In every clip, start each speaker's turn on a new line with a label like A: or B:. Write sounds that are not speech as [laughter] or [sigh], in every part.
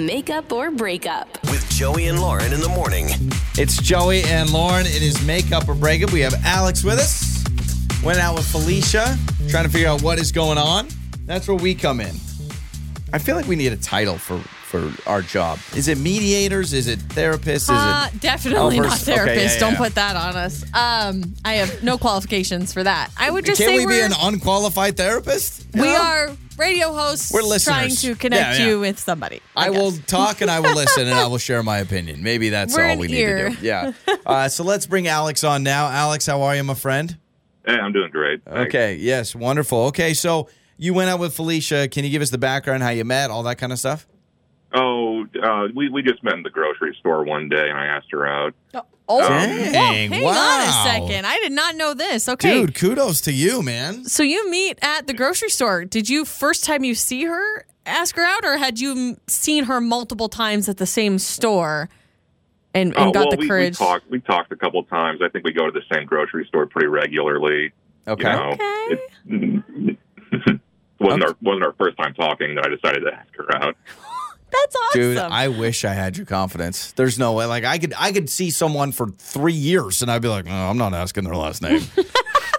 A: Makeup or breakup.
B: With Joey and Lauren in the morning.
C: It's Joey and Lauren. It is makeup or breakup. We have Alex with us. Went out with Felicia, trying to figure out what is going on. That's where we come in. I feel like we need a title for for our job. Is it mediators? Is it therapists? Is
D: Uh,
C: it
D: definitely not
C: helpers? Okay, yeah,
D: therapist.
C: yeah,
D: Don't
C: yeah.
D: put that on us. Um, I have no qualifications for that. I would just
C: Can
D: say
C: we be
D: we're,
C: an unqualified therapist?
D: we
C: No?
D: are radio hosts
C: We're listeners.
D: trying to connect
C: Yeah, yeah.
D: you with somebody.
C: I
D: guess.
C: will talk and I will listen
D: [laughs]
C: and I will share my opinion. Maybe that's
D: We're
C: all
D: an
C: we
D: ear.
C: need to do. Yeah. Uh, so let's bring Alex on now. Alex, how are you, my friend?
E: Hey, I'm doing great. Thanks.
C: Okay. Yes. Wonderful. Okay. So you went out with Felicia. Can you give us the background, how you met, all that kind of stuff?
E: Oh, uh, we we just met in the grocery store one day, and I asked her out.
D: Oh,
C: Dang,
D: whoa, hang
C: wow.
D: on a second. I did not know this. Okay.
C: Dude, kudos to you, man.
D: So you meet at the grocery store. Did you first time you see her ask her out, or had you m- seen her multiple times at the same store and, and
E: oh,
D: got
E: well,
D: the
E: we,
D: courage?
E: we talked. We talked a couple times. I think we go to the same grocery store pretty regularly.
C: Okay.
E: You know,
D: Okay.
E: [laughs] it wasn't our wasn't our first time talking that I decided to ask her out.
D: That's awesome.
C: Dude, I wish I had your confidence. There's no way. Like I could I could see someone for three years and I'd be like, no, I'm not asking their last name.
D: [laughs]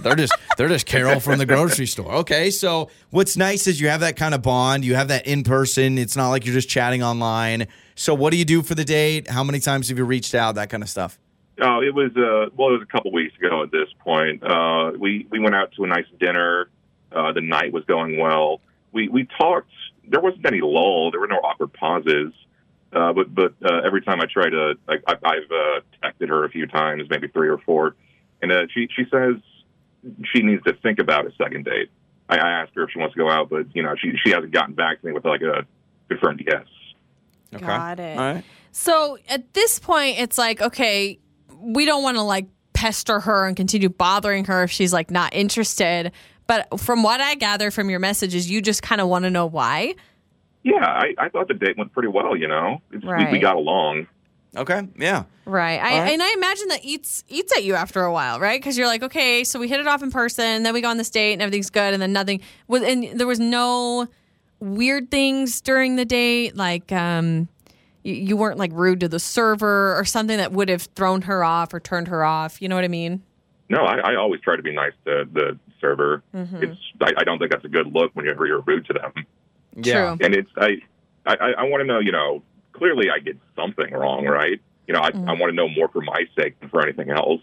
C: they're just they're just Carol from the grocery store. Okay. So what's nice is you have that kind of bond. You have that in person. It's not like you're just chatting online. So what do you do for the date? How many times have you reached out? That kind of stuff.
E: Oh, it was uh, well, it was a couple weeks ago at this point. Uh, we we went out to a nice dinner. Uh, the night was going well. We we talked. There wasn't any lull. There were no awkward pauses. Uh, but but uh, every time I try to, like, I, I've uh, texted her a few times, maybe three or four, and uh, she she says she needs to think about a second date. I, I asked her if she wants to go out, but you know she she hasn't gotten back to me with like a confirmed yes.
C: Okay.
D: Got it.
C: All right.
D: So at this point, it's like, okay, we don't want to like pester her and continue bothering her if she's like not interested. But from what I gather from your messages, you just kind of want to know why.
E: Yeah, I, I thought the date went pretty well. You know, it's, we, we
D: Right.
E: got along.
C: Okay. Yeah.
D: Right. I,
C: All right.
D: And I imagine that eats eats at you after a while, right? Because you're like, okay, so we hit it off in person, then we go on this date, and everything's good, and then nothing. was- And there was no weird things during the date, like um, you, you weren't like rude to the server or something that would have thrown her off or turned her off. You know what I mean?
E: No, I, I always try to be nice to the server. It's I, I don't think that's a good look whenever you're rude to them.
C: Yeah.
D: True.
E: And it's I I, I want to know, you know, clearly I did something wrong, right? You know, I, I want to know more for my sake than for anything else.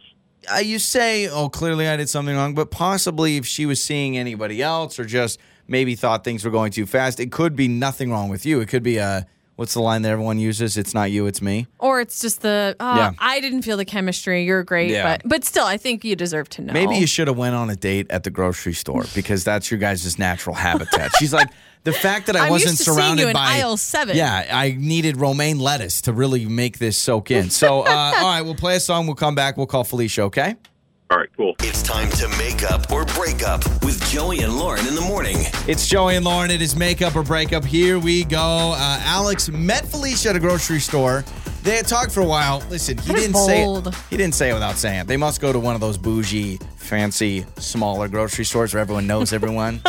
C: uh, you say, oh, clearly I did something wrong, but possibly if she was seeing anybody else or just maybe thought things were going too fast, it could be nothing wrong with you. It could be a, what's the line that everyone uses? It's not you, it's me.
D: Or it's just the oh,
C: Yeah.
D: I didn't feel the chemistry. You're great,
C: Yeah.
D: but but still, I think you deserve to know.
C: Maybe you should have went on a date at the grocery
D: [laughs]
C: store because that's your guys' natural habitat. She's like, the fact that I
D: [laughs] I'm
C: wasn't
D: used to seeing you
C: surrounded
D: in
C: by
D: aisle seven.
C: Yeah, I needed romaine lettuce to really make this soak in. So,
D: [laughs]
C: uh, all right, we'll play a song. We'll come back. We'll call Felicia. Okay.
E: All right, cool.
B: It's time to make up or break up with Joey and Lauren in the morning.
C: It's Joey and Lauren. It is makeup or breakup. Here we go. Uh, Alex met Felicia at a grocery store. They had talked for a while. Listen, he
D: That is
C: didn't say it.
D: bold.
C: He didn't say it without saying it. They must go to one of those bougie, fancy, smaller grocery stores where everyone knows everyone.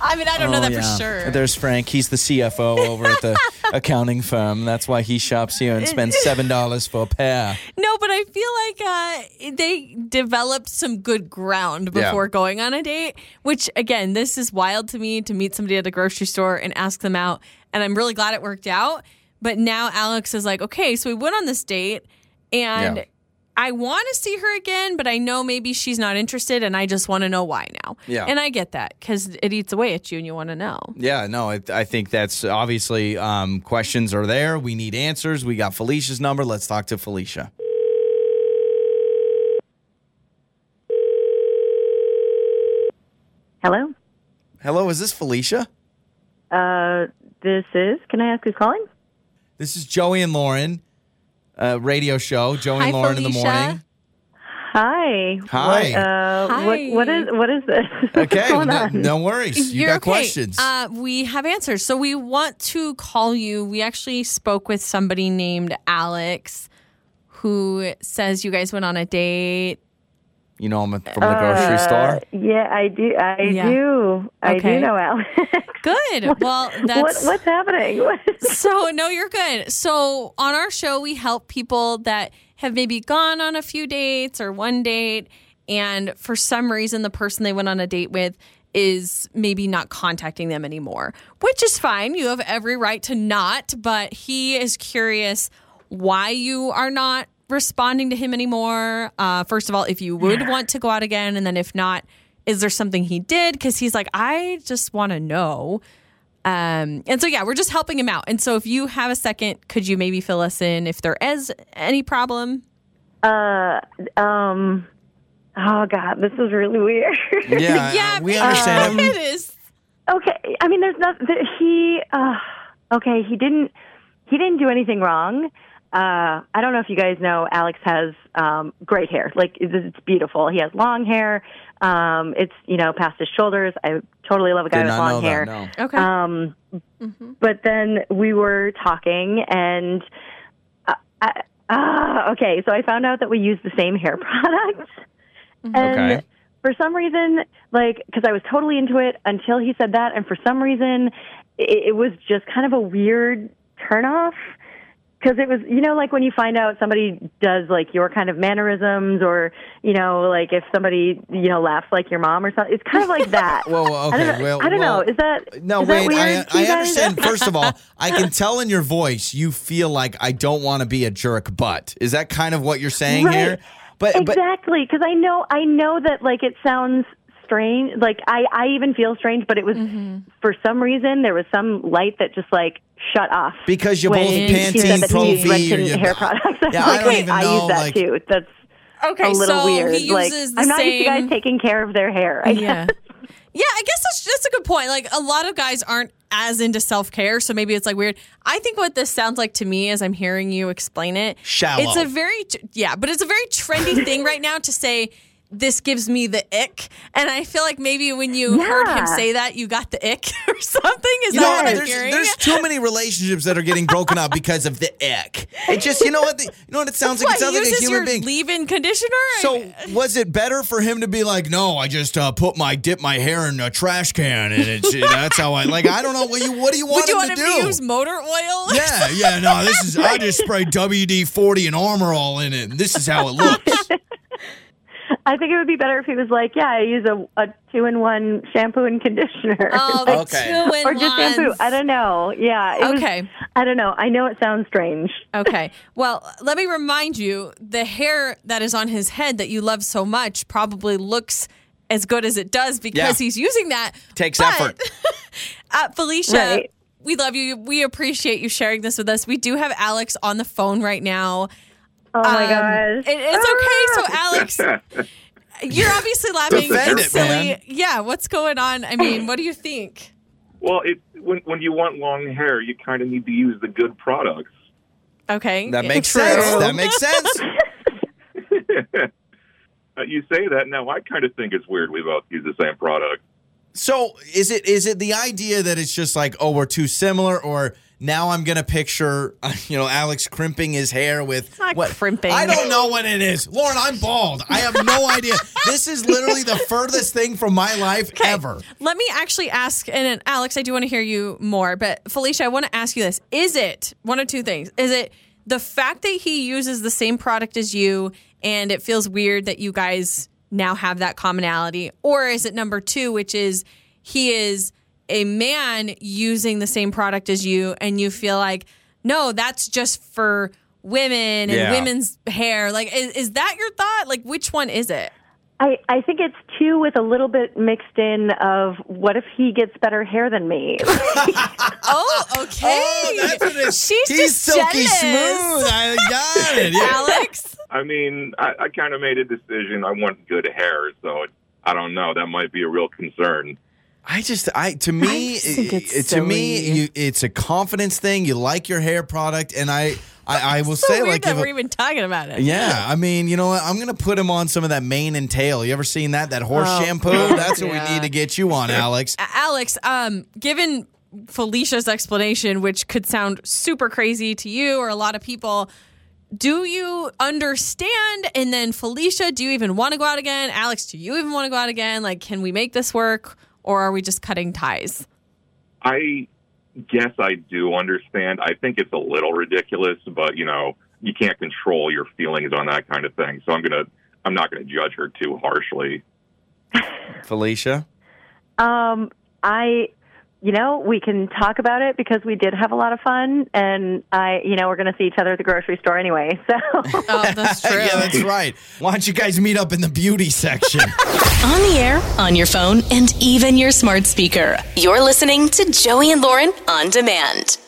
D: I mean, [laughs] I don't
C: Oh,
D: know that for sure.
C: There's Frank. He's the CFO over at
D: [laughs]
C: the accounting firm. That's why he shops here and spends seven dollars for a pair.
D: No, but I feel like uh, they developed some good ground
C: Yeah.
D: before going on a date, which again, this is wild to me to meet somebody at a grocery store and ask them out. And I'm really glad it worked out. But now Alex is like, okay, so we went on this date and
C: Yeah.
D: I want to see her again, but I know maybe she's not interested and I just want to know why now.
C: Yeah.
D: And I get that because it eats away at you and you want to know.
C: Yeah, no, I, I think that's obviously um, questions are there. We need answers. We got Felicia's number. Let's talk to Felicia.
F: Hello.
C: Hello, is this Felicia?
F: Uh, this is. Can I ask who's calling?
C: This is Joey and Lauren, uh, radio show. Joey
D: Hi,
C: and Lauren in the
D: Felicia.
C: morning.
F: Hi.
C: Hi.
F: What, uh,
D: Hi.
F: What, what is what is this? What's
C: Okay,
F: going
C: no,
F: on?
C: no worries. You
D: You're
C: got
D: okay.
C: questions.
D: Uh, we have answers. So we want to call you. We actually spoke with somebody named Alex who says you guys went on a date
C: You know him from the grocery
F: [laughs]
C: store.
F: [laughs] Yeah, I do. I
D: Yeah.
F: do. I
D: Okay.
F: do know Alex. [laughs]
D: Good. Well,
F: what,
D: that's
F: what's happening? [laughs] What is-
D: so. No, you're good. So on our show, we help people that have maybe gone on a few dates or one date, and for some reason, the person they went on a date with is maybe not contacting them anymore, which is fine. You have every right to not. But he is curious why you are not responding to him anymore. Uh, first of all, if you would want to go out again, and then if not, is there something he did? Because he's like, I just want to know. Um, and so, yeah, we're just helping him out. And so, if you have a second, could you maybe fill us in if there is any problem?
F: uh, um, oh God, this is really weird. [laughs]
C: Yeah, Uh, we understand.
D: [laughs] it is.
F: okay, I mean, there's nothing. There, he, uh, okay, he didn't. He didn't do anything wrong. Uh, I don't know if you guys know, Alex has um, great hair. Like it's, it's beautiful. He has long hair. Um, it's you know past his shoulders. I totally love a guy
C: Did
F: with
C: not know
F: long hair.
C: that. No.
D: Okay.
F: Um, But then we were talking, and uh, I, uh, okay, so I found out that we use the same hair [laughs] product. And
C: Okay.
F: for some reason, like, because I was totally into it until he said that, and for some reason, it, it was just kind of a weird turnoff. Because it was, you know, like when you find out somebody does like your kind of mannerisms, or you know, like if somebody you know laughs like your mom or something. It's kind of like
C: [laughs]
F: that.
C: Well,
F: I
C: okay.
F: don't know.
C: well,
F: I don't
C: well,
F: know. Is that
C: No,
F: is that
C: wait.
F: weird
C: I,
F: to
C: I
F: you guys?
C: understand. First of all, I
F: [laughs]
C: can tell in your voice you feel like I don't want to be a jerk, but is that kind of what you're saying
F: Right.
C: here? But but
F: exactly because I know I know that like it sounds strange. Like I I even feel strange, but it was
D: Mm-hmm.
F: for some reason there was some light that just like shut off
C: because you
F: when
C: both
F: he
C: Pantene,
F: said that he used
C: Profi, or
F: Redken
C: you-
F: hair products. I'm
C: Yeah, I
F: [laughs] like,
C: don't
F: wait,
C: even
F: I
C: know,
F: use that
C: like-
F: too. That's
D: okay.
F: a little
D: so
F: weird.
D: he uses
F: like
D: the same.
F: I'm not used to guys taking care of their hair. [laughs]
C: [laughs]
F: I
D: yeah. Yeah, I guess that's, that's a good point. Like, a lot of guys aren't as into self care, so maybe it's like weird. I think what this sounds like to me as I'm hearing you explain it,
C: Shallow.
D: It's a very, yeah, but it's a very
C: [laughs]
D: trendy thing right now to say, this gives me the ick. And I feel like maybe when you heard him
F: Yeah.
D: say that, you got the ick [laughs] or something. Is
C: You know
D: that
C: what?
D: what I'm
C: There's,
D: hearing?
C: there's too many relationships that are getting broken up because of the ick. It just, you know what? The, you know what it sounds like?
D: what,
C: It sounds like a
D: uses
C: human
D: your
C: being.
D: leave-in conditioner?
C: So was it better for him to be like, no, I just uh, put my dip my hair in a trash can and it's, [laughs] that's how I like. I don't know what you what do you want
D: would you
C: him
D: want
C: to
D: him
C: do?
D: to use motor oil? [laughs]
C: yeah, yeah, no, this is I just sprayed WD forty and Armor all in it. And this is how it looks.
F: I think it would be better if he was like, yeah, I use a, a two in one shampoo and conditioner. [laughs]
D: Oh,
F: Like,
C: Okay.
D: two in
F: or just
D: ones.
F: shampoo. I don't know. Yeah. It was-
D: Okay.
F: I don't know. I know it sounds strange.
D: Okay. Well, let me remind you the hair that is on his head that you love so much probably looks as good as it does because
C: Yeah.
D: he's using that.
C: Takes
D: But,
C: effort.
D: Uh, Felicia,
F: Right.
D: we love you. We appreciate you sharing this with us. We do have Alex on the phone right now.
F: Oh my
D: Um,
F: gosh. Ah!
D: it- it's okay. So, Alex,
C: [laughs]
D: you're obviously laughing.
C: Defend
D: It's
C: it, man.
D: silly. Yeah. What's going on? I mean, what do you think?
E: Well, it when when you want long hair, you kind of need to use the good products.
D: Okay.
C: That makes
D: True.
C: sense. That makes sense.
E: Uh, you say that now, I kind of think it's weird we both use the same product.
C: So is it is it the idea that it's just like oh we're too similar or now I'm gonna picture you know Alex crimping his hair with
D: not crimping.
C: I don't know what it is, Lauren. I'm bald. I have no idea. this is literally the furthest thing from my life ever.
D: Let me actually ask, and then, Alex, I do want to hear you more, but Felicia, I want to ask you this. Is it one of two things? Is it the fact that he uses the same product as you and it feels weird that you guys now have that commonality? Or is it number two, which is he is a man using the same product as you and you feel like, no, that's just for women and
C: Yeah.
D: women's hair? Like, is, is that your thought? Like, which one is it?
F: I, I think it's two with a little bit mixed in of what if he gets better hair than
D: [laughs]
F: me?
D: Oh,
C: [laughs]
D: okay.
C: Oh, that's what it is.
D: She's
C: He's
D: just
C: silky
D: jealous.
C: smooth. I got it. Yeah. [laughs]
D: Alex,
E: I mean, I, I kind of made a decision. I want good hair, so it, I don't know. That might be a real concern.
C: I just, I to me,
D: just think it's
C: it- to me,
D: silly.
C: you, it's a confidence thing. You like your hair product, and I, I, I will
D: so
C: say,
D: weird
C: like,
D: that
C: if a-
D: we're even talking about it.
C: Yeah, I mean, you know what? I'm gonna put him on some of that mane and tail. You ever seen that? That horse
D: Oh,
C: shampoo?
D: God.
C: That's what
D: Yeah.
C: we need to get you on, Alex.
D: A- Alex, um, given Felicia's explanation, which could sound super crazy to you or a lot of people, do you understand? And then Felicia, do you even want to go out again? Alex, do you even want to go out again? Like, can we make this work? Or are we just cutting ties?
E: I guess I do understand. I think it's a little ridiculous, but you know, you can't control your feelings on that kind of thing. So I'm gonna, I'm not gonna judge her too harshly.
C: Felicia?
F: Um, I, you know, we can talk about it because we did have a lot of fun, and I, you know, we're going to see each other at the grocery store anyway. [laughs] So
D: Oh, that's true.
C: [laughs] Yeah, that's right. Why don't you guys meet up in the beauty section?
D: [laughs]
A: On the air, on your phone, and even your smart speaker. You're listening to Joey and Lauren on demand.